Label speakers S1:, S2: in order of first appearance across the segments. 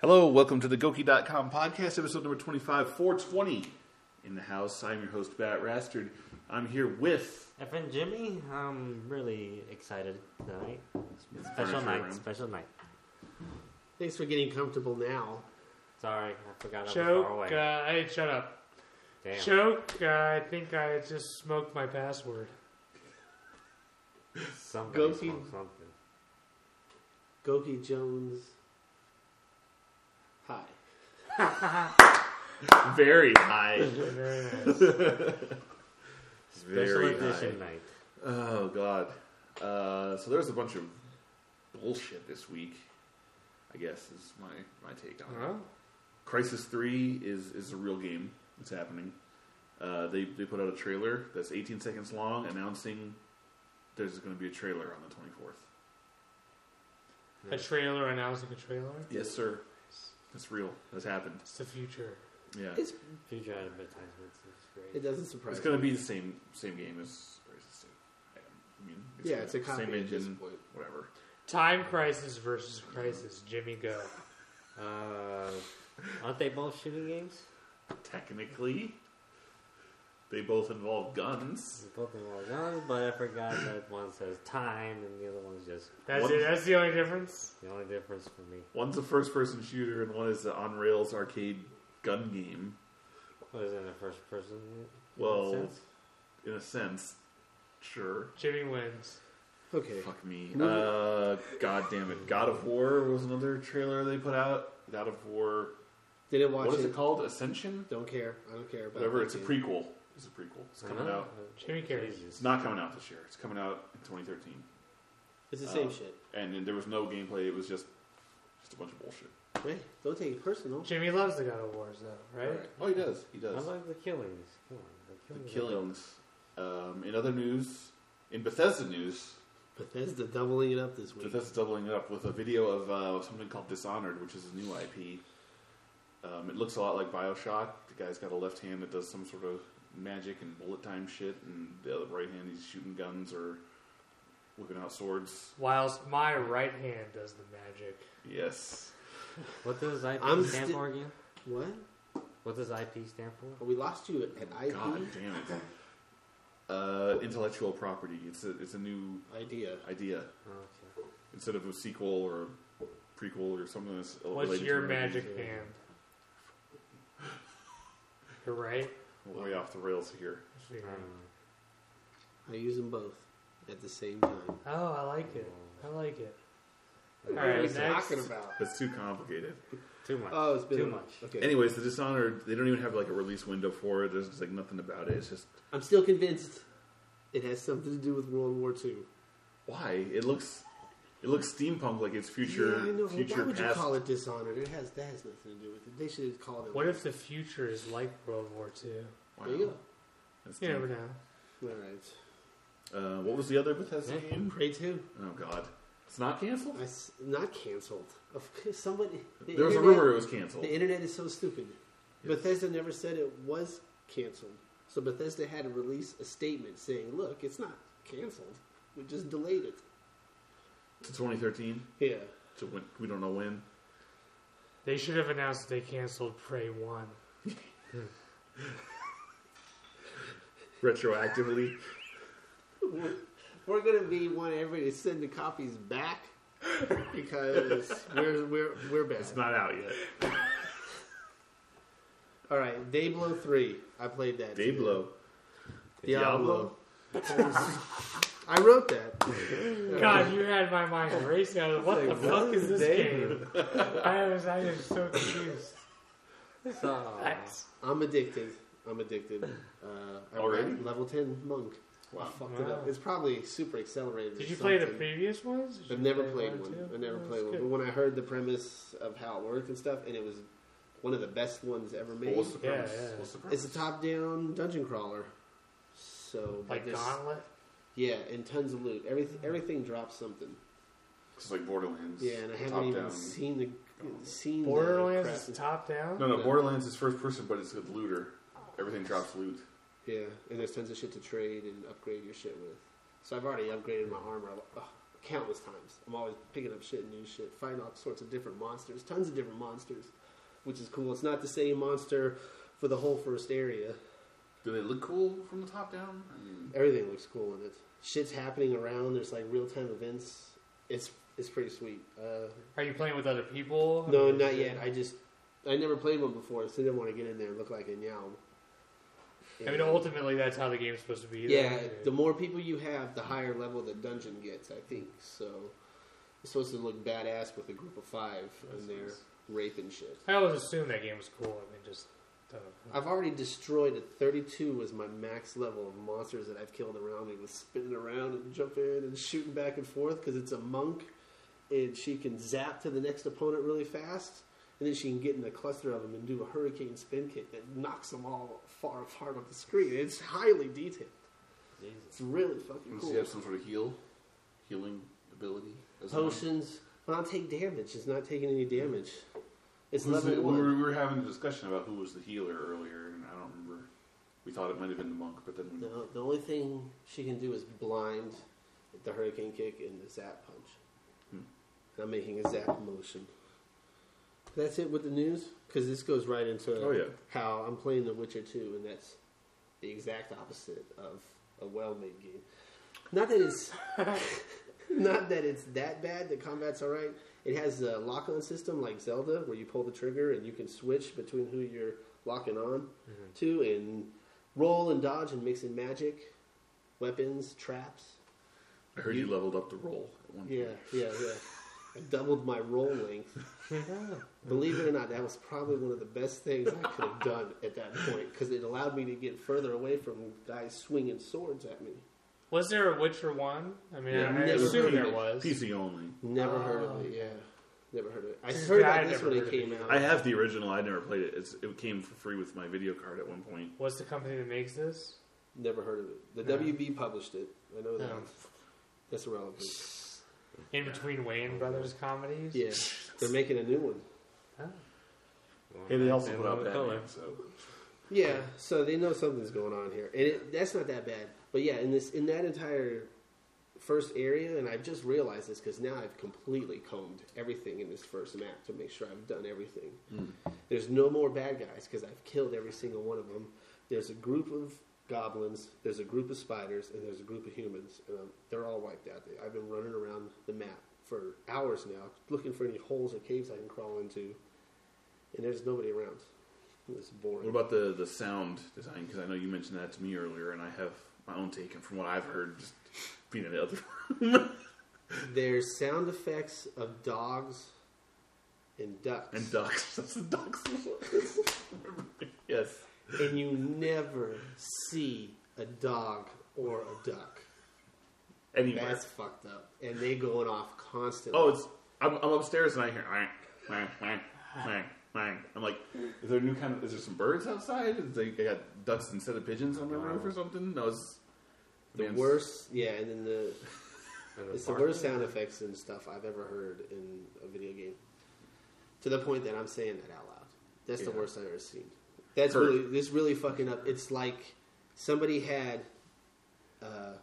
S1: Hello, welcome to the Goki.com podcast, episode number 25, 420 in the house. I'm your host, Bat Rastard. I'm here with
S2: My friend Jimmy, I'm really excited tonight.
S1: the
S2: Special
S1: furniture
S2: night,
S1: room.
S2: special night.
S3: Thanks for getting comfortable now.
S2: Sorry, I forgot I was far
S4: Choke.
S2: away.
S4: Uh, hey, shut up.
S2: Damn.
S4: Choke. Uh, I think I just smoked my password.
S2: Somebody
S3: Goki.
S2: smoked something.
S3: Goki Jones. Hi.
S1: Very high.
S4: Very nice.
S1: Very
S2: Special
S1: high.
S2: edition night.
S1: Oh, God. Uh, so there's a bunch of bullshit this week, I guess, is my, my take on it.
S2: Uh-huh.
S4: Well,
S1: Crisis Three is is a real game. It's happening. Uh, they they put out a trailer that's 18 seconds long, announcing there's going to be a trailer on the 24th.
S4: a trailer announcing a trailer.
S1: Yes, sir. That's real. That's happened.
S4: It's the future.
S1: Yeah,
S3: It's,
S2: Future advertisements is
S3: it
S2: great.
S3: doesn't surprise
S1: it's going to
S3: me.
S1: be the same same game as Crisis Two. I mean,
S3: yeah,
S1: got
S3: it's a copy
S1: same
S3: at this
S1: engine,
S3: point.
S1: whatever.
S4: Time crisis versus crisis. Jimmy, go.
S2: Uh, aren't they both shooting games?
S1: Technically, they both involve guns.
S2: They both involve guns, but I forgot that one says time and the other one's just
S4: That's
S1: What?
S4: it. That's the only difference.
S2: the only difference for me.
S1: One's a first-person shooter, and one is the on rails arcade gun game.
S2: What is it, a first person? in that
S1: Well,
S2: sense?
S1: In a sense, sure.
S4: Jimmy wins.
S3: Okay.
S1: Fuck me.
S3: Moving-
S1: Uh, God damn it. God of War was another trailer they put out. God of War.
S3: Didn't watch
S1: What is
S3: it.
S1: it called? Ascension?
S3: Don't care. I don't care about
S1: Whatever.
S3: that
S1: It's a
S3: game. Uh-huh.
S1: prequel. It's a prequel. It's
S2: I
S1: coming
S2: know.
S1: out.
S4: Jimmy carries.
S2: Jesus.
S1: It's not coming out this year. It's coming out in 2013.
S3: It's the same
S1: Oh.
S3: shit.
S1: And then there was no gameplay. It was just just a bunch of bullshit.
S3: Hey, don't take it personal.
S4: Jimmy loves the God of Wars, though, right?
S1: Alright. Oh, he does. He
S2: I
S1: does.
S2: like the killings. Come on,
S1: The
S2: the killings. are-
S1: killings. Um, in other news, in Bethesda news,
S3: Bethesda doubling it up this week.
S1: Bethesda's doubling it up with a video of uh, something called Dishonored, which is a new IP. Um, it looks a lot like Bioshock. The guy's got a left hand that does some sort of magic and bullet time shit, and the other right hand he's shooting guns or whipping out swords.
S4: Whilst my right hand does the magic.
S1: Yes.
S2: What does IP
S3: I'm
S2: stand
S3: sti-
S2: for again?
S3: What?
S2: What does IP stand for?
S3: Oh, we lost you at IP
S1: God damn it. Uh, intellectual property. It's a it's a new
S3: idea.
S1: idea
S2: Okay.
S1: instead of a sequel or a prequel or something that's
S2: Oh,
S4: What's
S1: related
S4: your
S1: to
S4: magic
S2: do.
S4: hand? You're right.
S1: We're way off the rails here.
S2: Um,
S3: I use them both at the same time.
S4: Oh, I like it. I like it. All
S3: what are we
S4: right, next.
S3: talking about?
S1: That's too complicated.
S2: too much.
S3: Oh, it's been
S2: too
S3: a-
S2: much.
S3: Okay.
S1: Anyways, the Dishonored, they don't even have like a release window for it. There's just, like nothing about it. It's just
S3: I'm still convinced it has something to do with World War II.
S1: why it looks it looks steampunk like it's
S3: yeah, I
S1: future
S3: know. Why
S1: future
S3: would you
S1: past.
S3: call it dishonored? It has that has nothing to do with it. They should have called it.
S4: What if the future is like World War II?
S1: Wow.
S3: There you go.
S1: That's
S4: You never
S1: deep.
S4: know.
S3: All right.
S1: Uh, what was the other Bethesda
S2: Yeah.
S1: game?
S3: Prey two.
S1: Oh god, it's not canceled.
S3: I s- not canceled. Of course, somebody. the
S1: there was a
S3: internet-
S1: rumor it was canceled.
S3: The internet is so stupid. Bethesda never said it was canceled. So Bethesda had to release a statement saying, "Look, it's not canceled. We just delayed it."
S1: To 2013.
S3: Yeah.
S1: To when, we don't know when.
S4: They should have announced that they canceled Prey 1.
S1: Retroactively.
S3: We're, we're gonna be wanting everybody to send the copies back because we're we're we're bad.
S1: it's not out yet.
S3: All right, Dayblow three. I played that. today.
S1: Dayblow.
S3: Diablo. I wrote that. Uh,
S4: God, you had my mind racing. I was, what the
S3: Like, what
S4: fuck is
S3: is
S4: this
S3: David?
S4: game? I was, I was so confused.
S2: So,
S4: That's-
S3: I'm addicted. I'm addicted. Uh, I'm
S1: Already?
S3: at Level ten monk. I
S1: Wow.
S3: fucked it up.
S4: Wow.
S3: It's probably super accelerated.
S4: Did
S3: or
S4: you play the
S3: something.
S4: previous ones? Did
S3: I've
S4: you
S3: never
S4: play
S3: played
S4: one,
S3: one.
S4: too?
S3: I never
S4: Oh,
S3: played
S4: that's
S3: one. But
S4: good.
S3: when I heard the premise of how it worked and stuff, and it was one of the best ones ever made.
S1: What's the
S4: Yeah,
S1: premise?
S4: yeah.
S1: What's the
S3: It's
S1: premise?
S3: a top-down dungeon crawler. So but
S4: Like
S3: there's-
S4: Gauntlet?
S3: yeah, and tons of loot. Everything everything drops something.
S1: It's like Borderlands.
S3: Yeah, and I haven't
S1: Top
S3: even
S1: down.
S3: seen the seen the
S4: Borderlands
S3: crap.
S4: is top down?
S1: No, no,
S3: No.
S1: Borderlands is first person, but it's a looter. Everything drops loot.
S3: Yeah, and there's tons of shit to trade and upgrade your shit with. So I've already upgraded my armor. Ugh, countless times. I'm always picking up shit, new shit, fighting all sorts of different monsters, tons of different monsters, which is cool. It's not the same monster for the whole first area.
S1: Do they look cool from the top down? I mean,
S3: Everything looks cool in it. Shit's happening around. There's like real time events. It's it's pretty sweet. Uh,
S4: Are you playing with other people?
S3: no, not yet. I just I never played one before, so I didn't want to get in there and look like a yao.
S4: I mean, ultimately, that's how the game's supposed to be.
S3: Yeah,
S4: though.
S3: the more people you have, the higher level the dungeon gets, I think. So it's supposed to look badass with a group of five and they're
S1: nice.
S3: raping shit.
S4: I always assumed that game was cool. I mean, just uh,
S3: I've already destroyed it. 32 was my max level of monsters that I've killed around me with spinning around and jumping and shooting back and forth because it's a monk and she can zap to the next opponent really fast. And then she can get in a cluster of them and do a hurricane spin kick that knocks them all far apart on the screen. It's highly detailed.
S2: Jesus.
S3: It's really fucking
S1: does
S3: cool.
S1: he have some sort of heal, healing ability? as well?
S3: potions. When I take damage, it's not taking any damage. It's
S1: Who's
S3: level
S1: the- we,
S3: one.
S1: were, we were having a discussion about who was the healer earlier, and I don't remember. We thought it might have been the monk, but then we,
S3: The, the only thing she can do is blind the hurricane kick and the zap punch. I'm making a zap motion. That's it with the news because this goes right into
S1: Oh, yeah.
S3: how I'm playing The Witcher 2, and that's the exact opposite of a well-made game. Not that it's not that it's that bad. The combat's all right. It has a lock-on system like Zelda, where you pull the trigger and you can switch between who you're locking on
S1: Mm-hmm.
S3: to, and roll and dodge and mix in magic, weapons, traps.
S1: I heard you leveled up the roll at one
S3: Yeah,
S1: point.
S3: yeah, yeah. I doubled my roll length. Believe it or not, that was probably one of the best things I could have done at that point because it allowed me to get further away from guys swinging swords at me.
S4: was there a Witcher one? I mean,
S1: Yeah,
S4: I, I
S3: never
S4: assume
S3: heard of
S4: there
S3: it.
S4: was.
S1: PC only.
S3: Never heard of it. Yeah, never heard of it. I
S4: Oh. This
S3: heard
S4: guy
S3: about this
S4: never
S3: when
S4: heard
S3: it
S4: of it
S3: came
S4: either.
S3: out.
S1: I have the original. I never played it. It's, it came for free with my video card at one point.
S4: What's the company that makes this?
S3: Never heard of it. The
S4: No.
S3: WB published it. I know that.
S4: No.
S3: That's irrelevant.
S4: In between Wayne Brothers comedies.
S3: Yeah, they're making a new one.
S4: Oh.
S1: Hey, they also
S2: Well,
S1: put out
S2: that's
S1: Batman,
S2: color.
S1: so
S3: Yeah, so they know something's going on here, and it, that's not that bad. But yeah, in this in that entire first area, and I've just realized this because now I've completely combed everything in this first map to make sure I've done everything. There's no more bad guys because I've killed every single one of them. There's a group of goblins, there's a group of spiders, and there's a group of humans, and um, they're all wiped out. I've been running around the map for hours now, looking for any holes or caves I can crawl into, and there's nobody around. It's boring.
S1: What about the the sound design? Because I know you mentioned that to me earlier, and I have my own take. And from what I've heard, just being in the other
S3: There's sound effects of dogs and ducks.
S1: and ducks. That's the ducks. yes,
S3: And you never see a dog or a duck.
S1: anywhere.
S3: That's fucked up. And they going off constantly.
S1: Oh, it's I'm, I'm upstairs and I hear wang, wang, wang, wang, wang. I'm like, is there a new kind of? Is there some birds outside? Is they, they got ducks instead of pigeons on the roof or something? No, it's
S3: the
S1: man's-
S3: worst. Yeah, and then the
S2: And
S3: it's the
S2: apartment?
S3: worst sound effects and stuff I've ever heard in a video game. To the point that I'm saying that out loud. That's the
S1: Yeah.
S3: worst I've ever seen. That's
S1: Heard.
S3: really this really fucking up. It's like somebody had a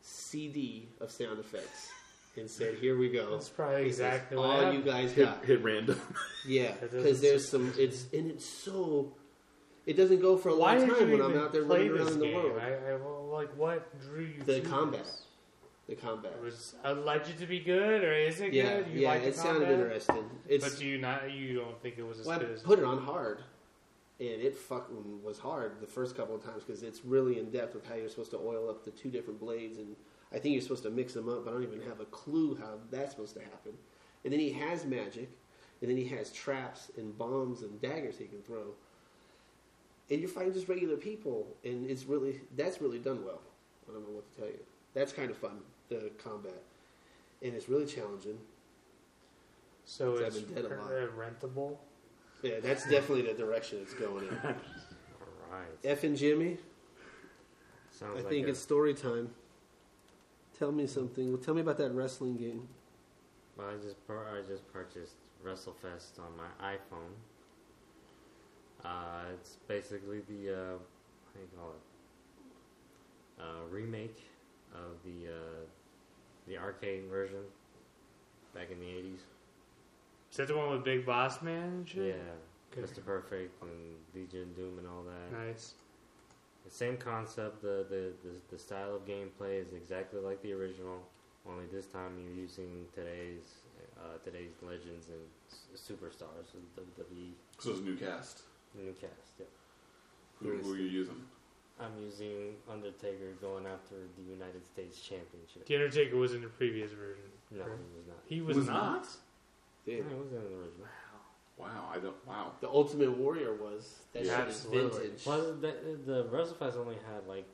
S3: CD of sound effects and said, "Here we go."
S4: That's probably
S3: This is
S4: exactly what
S3: all you
S4: happened.
S3: guys
S1: hit,
S3: got.
S1: hit random.
S3: Yeah,
S4: That doesn't
S3: because there's some. It's and it's so. It doesn't go for a long time when I'm out there
S4: play
S3: running around
S4: this
S3: in the
S4: game?
S3: world.
S4: I, I, well, like, what drew you
S3: The
S4: to
S3: combat.
S4: This?
S3: The combat.
S4: It was alleged to be good, or is it
S3: Yeah,
S4: good? You
S3: yeah,
S4: like the
S3: it sounded
S4: combat?
S3: interesting. It's
S4: But do you not? You don't think it was as
S3: Well, I
S4: good as?
S3: put it on hard, and it fucking was hard the first couple of times because it's really in depth with how you're supposed to oil up the two different blades, and I think you're supposed to mix them up. But I don't even have a clue how that's supposed to happen. And then he has magic, and then he has traps and bombs and daggers he can throw, and you're fighting just regular people, and it's really that's really done well. I don't know what to tell you. That's kind of fun, the combat, and it's really challenging.
S4: so
S3: I've
S4: it's
S3: been dead a lot.
S4: re- rentable.
S3: Yeah, that's definitely the direction it's going in.
S2: All right.
S3: F and Jimmy,
S2: Sounds
S3: I
S2: like
S3: think
S2: a-
S3: it's story time. Tell me something. Well, tell me about that wrestling game.
S2: Well, I just pur- I just purchased WrestleFest on my iPhone. Uh, it's basically the uh, how do you call it? Uh, remake of the uh, the arcade version back in the eighties.
S4: Is that the one with Big Boss Man and
S2: Yeah,
S4: shit? Good.
S2: Mr. Perfect and Legion Doom and all that.
S4: Nice.
S2: The same concept. The, the the the style of gameplay is exactly like the original. Only this time you're using today's uh, today's legends and s- superstars of WWE
S1: So it's a new cast.
S2: new cast. Yeah.
S1: Who, who are you using?
S2: I'm using Undertaker going after the United States Championship.
S4: The Undertaker was in the previous version.
S2: No, he
S4: correct?
S2: was not.
S4: He was, not.
S2: No,
S3: Dude,
S2: he was in the original.
S1: Wow, I don't. Wow,
S3: the Ultimate Warrior was that
S1: Yeah,
S3: shit is
S4: absolutely.
S3: vintage.
S2: Plus, the, the WrestleFest only had like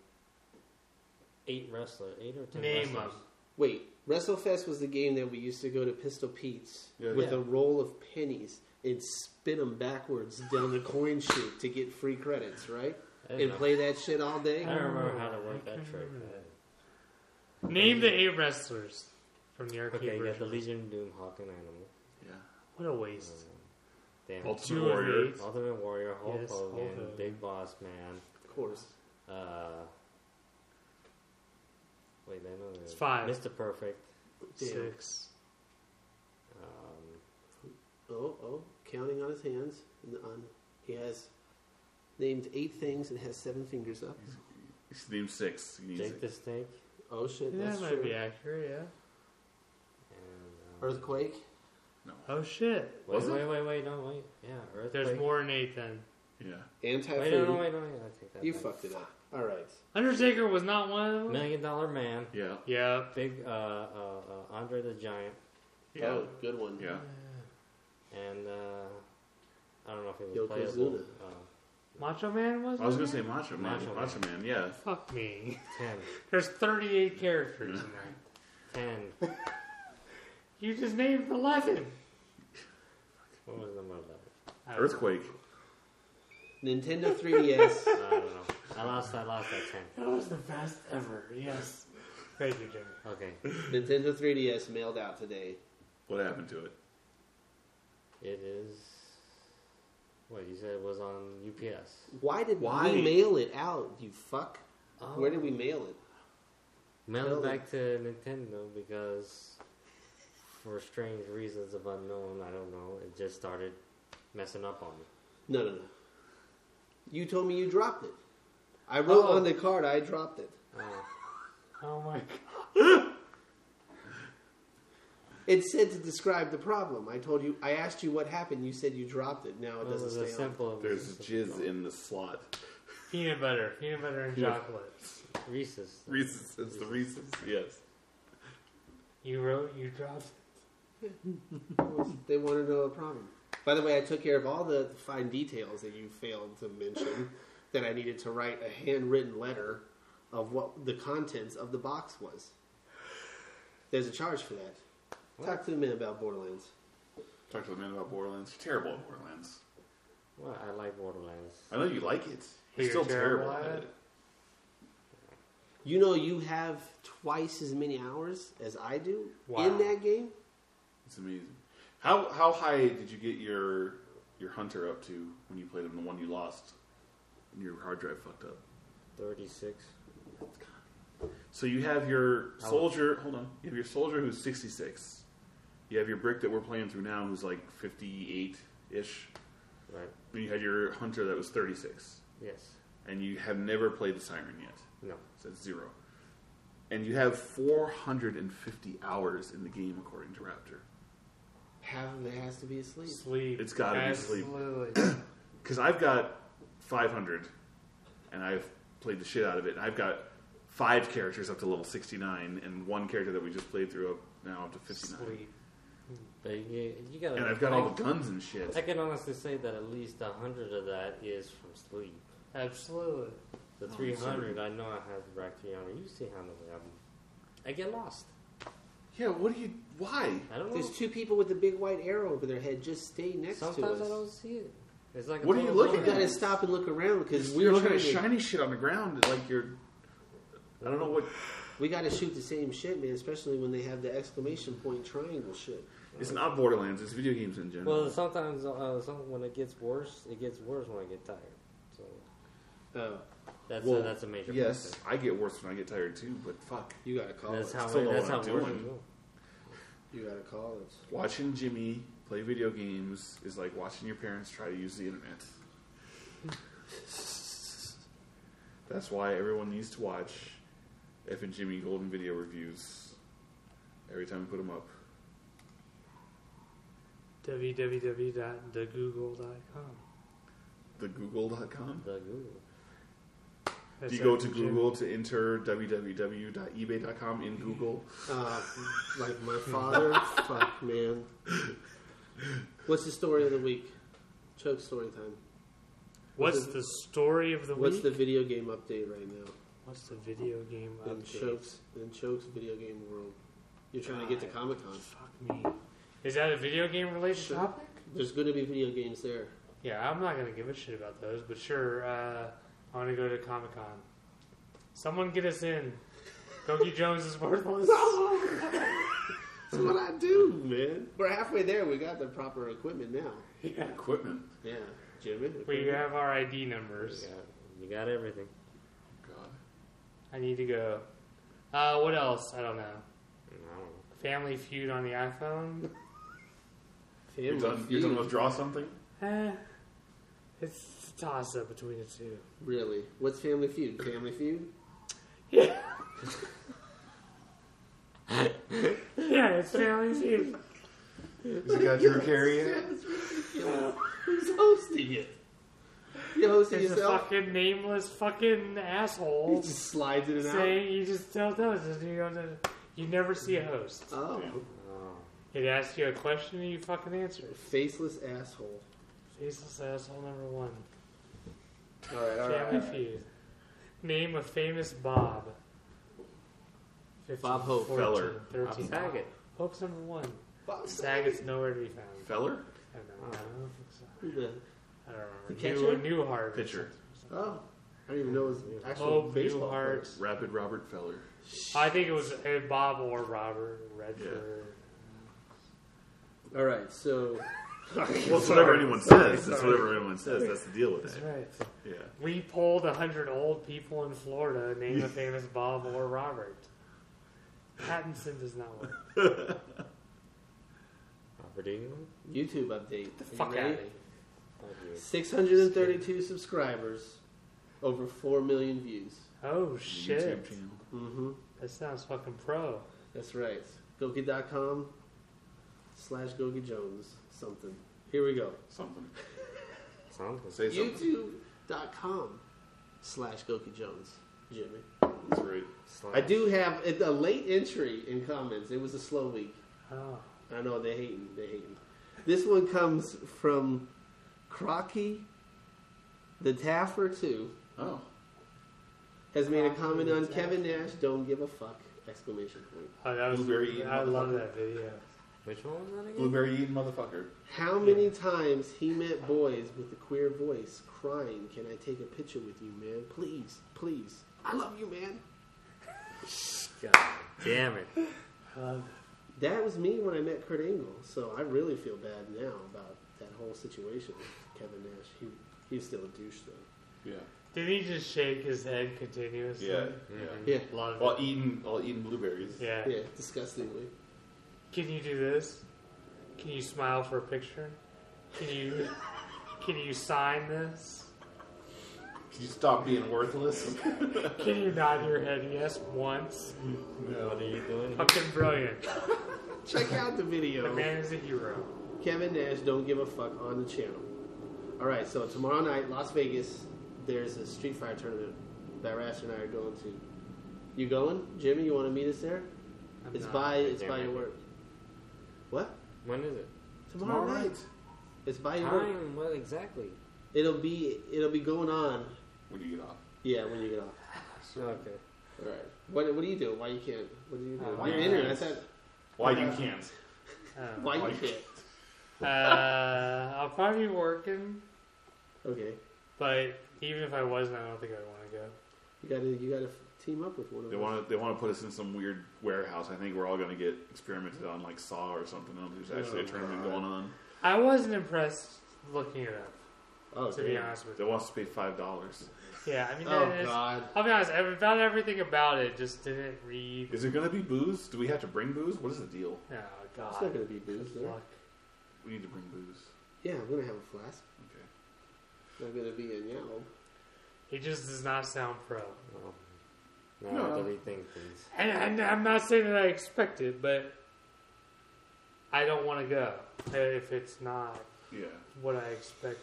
S2: eight wrestlers, eight or ten
S4: Name
S2: wrestlers.
S3: Wait, WrestleFest was the game that we used to go to Pistol Pete's
S1: Yeah.
S3: with
S2: Yeah.
S3: a roll of pennies and spin them backwards down the coin chute to get free credits, right?
S2: I don't
S3: And
S2: know.
S3: play that shit all
S2: I
S3: day.
S2: don't remember how to work
S4: I
S2: that
S4: can't
S2: trick.
S4: remember Name the eight wrestlers from the arcade
S2: Okay, you got
S4: version.
S2: the Legion of Doom, Hawk, and Animal.
S1: yeah.
S4: What a waste.
S2: Damn.
S1: Ultimate
S4: Two of
S1: Warrior.
S4: eight.
S2: Ultimate Warrior, Hulk
S4: Yes, Hulk
S2: Hogan,
S4: Hogan.
S2: Big Boss Man.
S3: Of course.
S2: Uh, wait, I know
S4: It's
S2: that-
S4: five.
S2: Mr. Perfect.
S3: Damn.
S4: Six.
S2: Um,
S3: Oh, oh, counting on his hands. And on, he has named eight things and has seven fingers up.
S1: He's named six. He needs
S2: Jake
S1: it.
S2: the Snake.
S3: Oh shit,
S4: Yeah,
S3: that's
S4: that might
S3: true.
S4: be accurate, yeah.
S2: And, um,
S3: Earthquake.
S1: No.
S4: Oh shit.
S2: Wait,
S1: Was it?
S2: wait, wait, wait, no, wait. Yeah, Earthquake.
S4: There's more than eight then.
S1: Yeah.
S3: Anti
S2: Wait, no, no,
S3: food.
S2: wait, no, wait. I take that
S3: You
S2: back.
S3: fucked it up. All right.
S4: Undertaker was not one of them.
S2: Million Dollar Man.
S1: Yeah.
S4: Yeah.
S1: Oh,
S2: Big uh, uh, uh, Andre the Giant.
S1: Yeah.
S3: Oh, good one.
S1: Yeah.
S2: And uh, I don't know if he was playable.
S3: Yokozuna.
S2: Uh,
S4: Macho Man was
S1: I was
S4: one
S1: gonna
S4: of
S1: say
S4: them?
S1: Macho Man.
S2: Macho
S1: Macho,
S2: Man.
S1: Man. Yeah.
S4: Fuck me.
S2: 10.
S4: There's 38 characters in there.
S2: 10.
S4: You just named 11.
S2: what was the number
S4: I don't
S1: Earthquake.
S3: Nintendo 3DS.
S2: I don't know. I lost, I lost that
S4: know. That was the best ever. Yes. Thank you, Jimmy.
S2: 10. Okay.
S3: Nintendo 3DS mailed out today.
S1: What happened to it?
S2: It is. What, you said it was on UPS.
S3: Why did
S1: Why?
S3: we mail it out? You fuck.
S2: Oh.
S3: Where did we mail it?
S2: Mail
S3: Mail
S2: it
S3: it.
S2: back to Nintendo because for strange reasons of unknown, I don't know, it just started messing up on me.
S3: No, no, no. You told me you dropped it. I wrote
S4: Oh.
S3: on the card I dropped it.
S2: Oh,
S4: Oh my god.
S3: It said to describe the problem. I told you. I asked you what happened. You said you dropped it. Now it
S2: it
S3: doesn't
S2: was
S3: stay
S2: a
S3: on.
S2: simple. it was
S1: There's
S2: a
S1: jizz
S2: simple-
S1: in the slot.
S4: Peanut butter. Peanut butter and
S1: Yeah.
S4: chocolate.
S2: Reese's.
S1: Reese's. It's the Reese's. Yes.
S4: You wrote, you dropped.
S3: They want to know the problem. By the way, I took care of all the fine details that you failed to mention. that I needed to write a handwritten letter of what the contents of the box was. There's a charge for that. Talk to the men about Borderlands.
S1: Talk to the man about Borderlands. You're terrible at Borderlands.
S2: Well, I like Borderlands.
S1: I know you like it.
S4: But you're
S1: still
S4: terrible
S1: terrible
S4: at
S1: at
S4: it.
S1: it.
S3: You know, you have twice as many hours as I do
S4: Wow.
S3: in that game.
S1: It's amazing. How how high did you get your your hunter up to when you played him? The one you lost, and your hard drive fucked up.
S2: 36.
S1: So you have your
S2: How-
S1: soldier. Hold on. You have your soldier who's sixty six. You have your brick that we're playing through now, who's like fifty eight ish.
S2: Right.
S1: And you had your hunter that was thirty six,
S2: Yes.
S1: and you have never played the siren yet.
S2: No.
S1: So that's zero. And you have four hundred and fifty hours in the game, according to Raptor.
S3: Half of it has to be asleep.
S4: Sleep.
S1: It's gotta be sleep.
S4: Absolutely.
S1: because I've got 500, and I've played the shit out of it. And I've got five characters up to level 69, and one character that we just played through up now up to 59.
S4: sleep.
S2: But you, you gotta.
S1: And I've got all the
S2: I,
S1: guns and shit.
S2: I can honestly say that at least 100 of that is from sleep.
S4: Absolutely.
S2: The
S1: Oh,
S2: 300,
S1: sorry.
S2: I know I have the back 300. You see how many I'm. I get lost.
S1: Yeah, what do you? Why?
S2: I don't know.
S3: There's two people with the big white arrow over their head just stay next
S2: Sometimes I
S3: to us.
S2: don't see it. It's like a
S1: What are you
S2: total
S1: looking
S3: You
S2: blur.
S1: at?
S3: gotta stop and look around because
S1: You're
S3: we're
S1: looking
S3: trying
S1: at
S3: to.
S1: shiny shit on the ground, like you're. I don't know what.
S3: We gotta shoot the same shit, man. Especially when they have the exclamation point triangle shit.
S1: It's not Borderlands. It's video games in general.
S2: Well, sometimes uh, some, when it gets worse, it gets worse when I get tired. So
S3: Oh,
S2: That's
S1: Well,
S2: a, that's a major.
S1: Yes,
S2: factor.
S1: I get worse when I get tired too. But fuck,
S3: You gotta call
S2: That's
S3: it.
S2: how.
S1: still know
S2: That's
S1: what I'm
S2: how we're
S1: doing.
S2: doing.
S3: you gotta call it.
S1: watching Jimmy play video games is like watching your parents try to use the internet. That's why everyone needs to watch F and Jimmy Golden Video reviews every time we put them up.
S4: www.thegoogle.com.
S1: The Google.com.
S2: The Google.
S1: Do
S4: That's
S1: you go
S4: it,
S1: to
S4: Jimmy.
S1: Google to enter e www.ebay.com in Google?
S3: Uh, like my father. Fuck, man. What's the story of the week? Choke story time.
S4: What's the story of the
S3: What's
S4: week?
S3: the video game update right now
S4: What's the video game
S3: in
S4: update?
S3: Choke's in Choke's video game world? You're trying to get to Comic Con.
S4: Fuck me. Is that a video game related
S3: Sure.
S4: topic?
S3: There's going to be video games there.
S4: Yeah, I'm not gonna give a shit about those, but sure, uh, I wanna go to Comic Con. Someone get us in. Gogi Jones is worthless.
S3: That's what I do, man. We're halfway there. We got the proper equipment now.
S1: Equipment.
S3: Yeah, Jimmy.
S4: We
S3: equipment.
S4: have our ID
S2: You
S4: numbers.
S2: got, you got everything.
S1: God.
S4: I need to go. Uh, what else? I don't know.
S2: I don't know.
S4: Family Feud on the iPhone.
S3: Family
S1: You're done, you're
S3: Feud.
S1: done with draw something?
S4: Eh, it's a toss up between the two.
S3: Really? What's Family Feud? Family Feud?
S4: Yeah. yeah, it's Family Feud.
S1: Is it got Drew Carey in it?
S3: That's ridiculous. Who's hosting it? You hosting
S4: It's a
S3: yourself?
S4: fucking nameless fucking
S3: He
S4: asshole.
S3: just slides in and out.
S4: saying you just don't know. It's just, you, don't know. you never see a host.
S3: Oh,
S2: Oh,
S4: It asks you a question and you fucking answer it.
S3: faceless asshole.
S4: Faceless asshole number one.
S3: All right, all
S4: Family
S3: right.
S4: feud. Name a famous Bob. 15,
S3: Bob Hope.
S4: 14,
S1: Feller.
S4: 13.
S2: Bob Saget.
S4: Hope's number one.
S3: Bob
S4: Saget's nowhere to be found.
S1: Feller?
S4: I don't know. I don't think so.
S3: The-
S4: I
S3: The
S4: don't remember.
S3: catcher?
S4: New, new Harvard.
S1: Pitcher.
S3: Oh, I didn't even know it was an actual
S4: Hope,
S3: baseball
S4: Newhart.
S3: player.
S1: Rapid Robert Feller.
S4: I think it was uh, Bob or Robert Redford.
S3: All right, so
S1: Well, it's whatever anyone says. It's whatever anyone says. That's the deal with
S4: That's
S1: it.
S4: right.
S1: Yeah.
S4: We polled 100 old people in Florida, name a famous Bob or Robert. Pattinson does not work.
S2: Robert England.
S3: YouTube update. Are you
S4: Fuck
S3: ready?
S4: out of here.
S2: Fuck you.
S3: 632 subscribers, over 4 million views.
S4: Oh, shit.
S1: YouTube channel.
S3: Mm-hmm.
S4: That sounds fucking pro.
S3: That's right. Gogi.com slash Gogi Jones something. Here we go.
S1: Something.
S2: Something.
S1: Say something.
S3: YouTube.com slash Gogi Jones. Jimmy.
S1: That's right.
S2: Slash.
S3: I do have a a late entry in comments. It was a slow week.
S4: Oh.
S3: I know they hating. They hating. This one comes from Crocky, the Taffer too.
S1: Oh.
S3: Has made a
S4: Crocky
S3: comment
S4: the
S3: on
S4: Taffer.
S3: Kevin Nash. Don't give a fuck! Exclamation point.
S4: oh, that was
S1: Blueberry
S4: I love
S1: motherfucker.
S4: that video.
S2: Which one was that again?
S1: Blueberry eating motherfucker.
S3: How many times he met boys with a queer voice crying, "Can I take a picture with you, man? Please, please, I love you, man."
S2: God damn it.
S4: I love
S3: That was me when I met Kurt Angle, so I really feel bad now about that whole situation with Kevin Nash. He he's still a douche though.
S1: Yeah.
S4: Did he just shake his head continuously?
S1: Yeah.
S2: Mhm.
S1: Yeah.
S3: Yeah,
S4: Love
S1: While
S4: it.
S1: eating, while eating blueberries.
S4: Yeah.
S3: yeah, disgustingly.
S4: Can you do this? Can you smile for a picture? Can you can you sign this?
S1: Can you stop being worthless?
S4: Can you nod your head yes once?
S2: What are you doing?
S4: Fucking brilliant.
S3: Check out the video.
S4: The man is a hero.
S3: Kevin Nash, don't give a fuck on the channel. All right, so tomorrow night, Las Vegas, there's a Street Fighter tournament that Rash and I are going to. You going, Jimmy? You want to meet us there?
S4: I'm
S3: It's
S4: not-
S3: by it's
S2: damn
S3: by
S2: it.
S3: your work. What?
S2: When is it?
S3: Tomorrow, night. It's by your work.
S2: Time. What exactly?
S3: It'll be it'll be going on.
S1: When you get off.
S3: Yeah, when you get off.
S2: Okay.
S3: All right. What what do you do? Why you can't? What do you do?
S4: Uh,
S3: You're
S1: why
S3: in it.
S1: not?
S3: I said
S1: Why you can't?
S4: Um,
S3: why
S1: Why
S3: you
S1: you
S3: can't.
S4: Oh. uh, I'll probably be working,
S3: Okay.
S4: but even if I wasn't, I don't think I'd want to go.
S3: You gotta you gotta team up with one of
S1: They
S3: us.
S1: want to. They want to put us in some weird warehouse. I think we're all going to get experimented on, like Saw or something. I don't think there's actually a
S3: Oh,
S1: tournament
S3: God.
S1: going on.
S4: I wasn't impressed looking it up.
S3: Oh,
S4: to be
S3: damn.
S4: honest with
S1: They
S4: you.
S1: want us to pay five dollars.
S4: Yeah, I mean,
S3: Oh
S4: it's-
S3: God.
S4: I'll be honest, every- about everything about it just didn't read.
S1: Is there gonna be booze? Do we have to bring booze? What is the deal?
S4: Oh, God.
S3: It's not going to be booze
S4: Good
S3: there.
S4: luck.
S1: We need to bring booze.
S3: Yeah, I'm going to have a flask.
S1: Okay.
S3: Not going to be a yow.
S4: He just does not sound pro.
S2: Um,
S1: No.
S2: no, delete thing, please.
S4: And, and I'm not saying that I expect it, but I don't want to go if it's not
S1: Yeah.
S4: what I expect.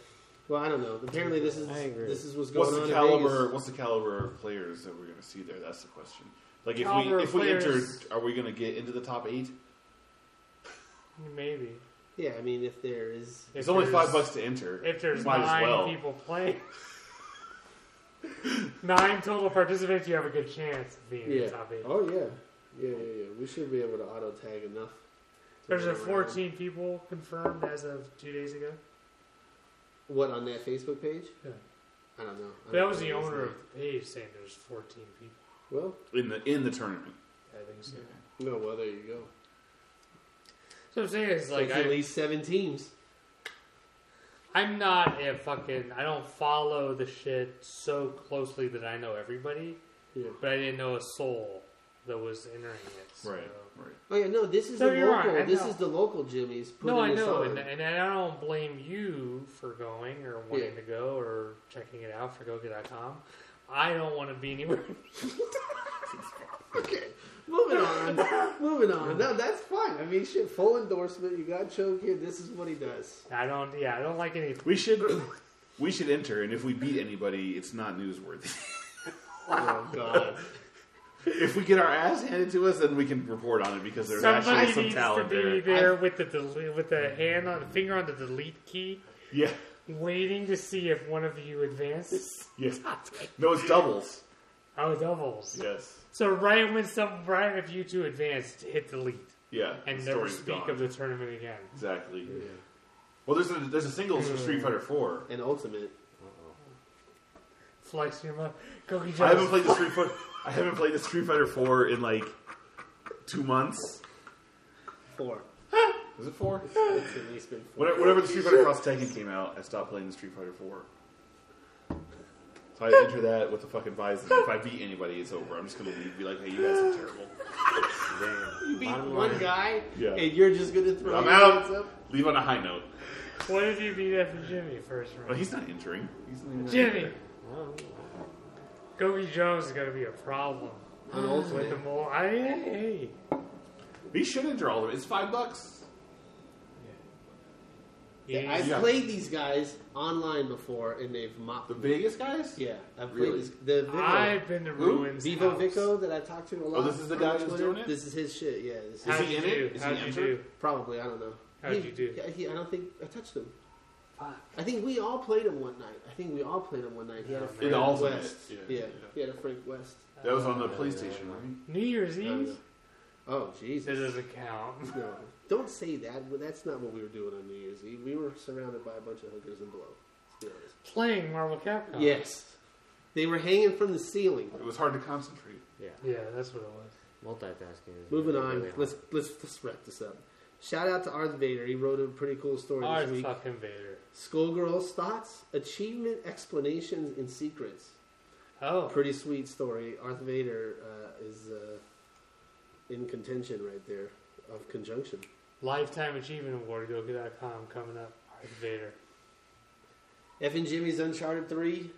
S3: Well, I don't know. Apparently, this is
S2: I agree.
S3: this is what's going
S1: What's
S3: on.
S1: the
S3: in
S1: caliber?
S3: Vegas.
S1: What's the caliber of players that we're gonna see there? That's the question. Like if
S4: Caliber
S1: we
S4: of
S1: if we entered,
S4: players-
S1: are we gonna get into the top eight?
S4: Maybe.
S3: Yeah, I mean, if there is,
S4: If
S1: it's only
S4: there's-
S1: five bucks to enter.
S4: If there's
S1: Might as
S4: nine
S1: well.
S4: people playing, nine total participants, you have a good chance of being in
S3: yeah.
S4: the top eight.
S3: Oh yeah, yeah, yeah, yeah. We should be able to auto tag enough. to
S4: There's
S3: run
S4: a
S3: around.
S4: 14 people confirmed as of two days ago.
S3: What on that Facebook page?
S4: Yeah.
S3: I don't know. I
S4: But that
S3: don't
S4: was
S3: know
S4: the
S3: what his
S4: owner of
S3: name-
S4: the page saying there's 14 people.
S3: Well,
S1: in the in the tournament.
S4: I think so.
S3: no. Well, there you go.
S4: So I'm saying is
S3: So it's
S4: like
S3: at
S4: I,
S3: least seven teams.
S4: I'm not a fucking. I don't follow the shit so closely that I know everybody,
S3: Yeah.
S4: but I didn't know a soul that was entering it. So.
S1: Right. Right.
S3: Oh yeah, no. This is
S4: No,
S3: the
S4: you're right,
S3: local.
S4: I
S3: this
S4: know.
S3: is the local Jimmy's. Putting
S4: No, I
S3: this
S4: know,
S3: on.
S4: and, and I don't blame you for going or wanting to go or checking it out for goget.com. I don't want to be anywhere.
S3: Okay, moving on. moving on. No, that's fine. I mean, shit, full endorsement. You got Choke here. This is what he does.
S4: I don't. Yeah, I don't like any.
S1: We should we should enter, and if we beat anybody, it's not newsworthy.
S3: Oh, God.
S1: if we get our ass handed to us, then we can report on it because there's
S4: Somebody
S1: actually some
S4: needs to
S1: talent
S4: be
S1: there.
S4: there with the dele- with the hand on finger on the delete key,
S1: Yeah.
S4: waiting to see if one of you advances.
S1: Yes. No, it's doubles.
S4: Oh, doubles.
S1: Yes.
S4: So right when some right if you two advanced, hit delete
S1: Yeah.
S4: and
S1: the
S4: never
S1: story's
S4: speak
S1: gone.
S4: of the tournament again.
S1: exactly.
S3: Yeah.
S1: Well, there's a there's a singles for Street Fighter Four.
S3: And ultimate.
S4: Flex your mouth. Cookie
S1: I haven't
S4: Jones.
S1: played the Street Fighter. I haven't played the Street Fighter Four in like two months.
S3: Four.
S1: Is it four?
S3: It's at least been four.
S1: Whenever, whenever the Street Fighter Cross Tekken came out, I stopped playing the Street Fighter Four. So I enter that with the fucking bison. If I beat anybody, it's over. I'm just gonna leave. Be like, hey, you guys are terrible.
S2: Damn.
S3: You beat
S2: Bottom
S3: one
S2: line.
S3: guy,
S1: Yeah.
S3: and you're just going to throw
S1: I'm
S3: your
S1: out.
S3: hands up?
S1: Leave on a high note.
S4: What if you beat up Jimmy first
S1: But
S4: round?
S1: he's not entering. He's not entering.
S4: Jimmy,
S2: I don't know.
S4: Gogi Jones is gonna be a problem
S3: On
S4: with
S3: ultimate.
S4: the mole. I hey,
S1: He should enter all of it. It's five bucks.
S4: hey.
S3: Yeah, I've
S1: Yeah.
S3: played these guys online before, and they've mopped
S1: The
S3: me.
S1: biggest guys.
S3: Yeah, I've played
S1: Really?
S3: these. The Vico.
S4: I've been to ruins.
S3: Vivo
S4: house.
S3: Vico that I talked to a lot.
S1: Oh, this is the
S3: on
S1: guy who's
S3: Twitter.
S1: doing it?
S3: This is his shit, yeah. This is
S1: Is
S4: How'd
S1: he
S4: you
S1: in
S4: do?
S1: it? Is he
S4: How'd you
S1: entered?
S4: do?
S3: Probably, I don't know.
S4: How'd
S3: He-
S4: you do?
S3: yeah, He, I don't think I touched him. I think we all played him one night. I think we all played him one night. He had a
S4: Yeah,
S3: Frank
S1: In the ultimate.
S3: West.
S1: Yeah.
S3: Yeah, he had a Frank West.
S1: That was on the PlayStation, right?
S4: New Year's
S3: I don't
S4: Eve.
S3: know. Oh
S4: That
S3: Jesus!
S4: doesn't count.
S3: No, don't say that. But that's not what we were doing on New Year's Eve. We were surrounded by a bunch of hookers and blow. Let's be honest.
S4: Playing Marvel Capcom.
S3: Yes, they were hanging from the ceiling.
S1: It was hard to concentrate.
S2: Yeah.
S4: Yeah, that's what it was.
S2: Multitasking. Is
S3: Moving
S2: really
S3: on.
S2: hard.
S3: Let's let's let's wrap this up. Shout out to Arth Vader. He wrote a pretty cool story
S4: Art
S3: this week.
S4: fucking Vader.
S3: Schoolgirls thoughts, achievement, explanations, and secrets.
S4: Oh,
S3: pretty sweet story. Darth Vader uh, is uh, in contention right there of conjunction.
S4: Lifetime Achievement Award, gogo.com coming up. Art Vader.
S3: F and Jimmy's Uncharted Three.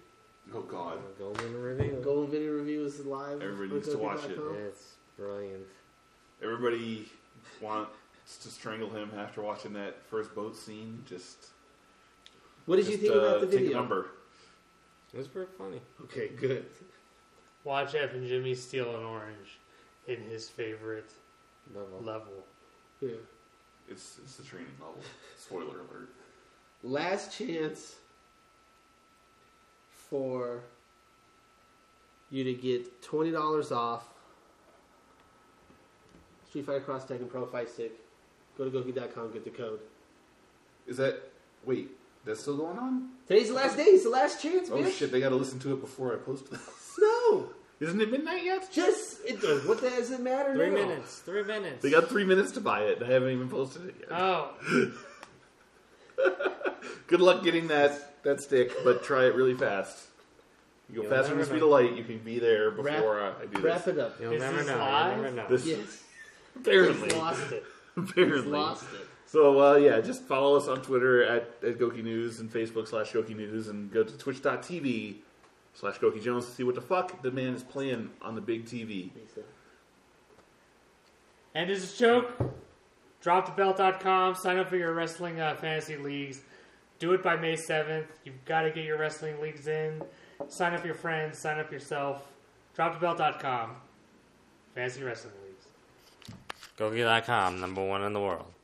S1: Oh God.
S2: Golden reveal.
S3: Golden Video Review is live.
S1: Everybody
S3: on
S1: needs to watch
S3: GoGoGo.com.
S2: That's brilliant.
S1: Everybody wants to strangle him after watching that first boat scene. Just.
S3: What did you
S1: just,
S3: think about
S1: uh,
S3: the
S1: Take a
S3: video?
S1: number.
S2: It's pretty funny.
S3: Okay, good.
S4: Watch F and Jimmy steal an orange in his favorite
S2: Level.
S4: level.
S3: Yeah.
S1: It's it's the training level. Spoiler alert.
S3: Last chance for you to get twenty dollars off Street Fighter Cross Tekken Pro Fight Stick. Go to Goku.com, get the code.
S1: Is that wait? That's still going on?
S3: Today's the last day. It's the last chance,
S1: Oh
S3: bitch.
S1: shit! They got to listen to it before I post it.
S3: No.
S1: Isn't it midnight yet?
S3: Just it does. What the, does it matter?
S2: Three
S3: now?
S2: minutes. Three minutes.
S1: They got three minutes to buy it. and I haven't even posted it yet.
S4: Oh,
S1: Good luck getting that that stick, but try it really fast. You go
S2: You'll
S1: faster than the
S4: never
S1: speed
S4: know.
S1: of light. You can be there before I I do this.
S3: Wrap it up.
S2: You'll
S4: Is
S2: never
S4: this
S2: know.
S4: live?
S2: You'll never know.
S1: This-
S3: Yes.
S1: Apparently,
S3: He's lost it. He's
S1: apparently.
S3: lost it.
S1: So uh, yeah, just follow us on Twitter at, at Goki News and Facebook slash Goki News and go to twitch.tv slash Goki Jones to see what the fuck the man is playing on the big TV.
S4: And as a joke, dropthebelt.com, sign up for your wrestling uh, fantasy leagues. Do it by May 7th. You've got to get your wrestling leagues in. Sign up your friends, sign up yourself. Dropthebelt.com, fantasy wrestling leagues.
S2: Gogi.com, number one in the world.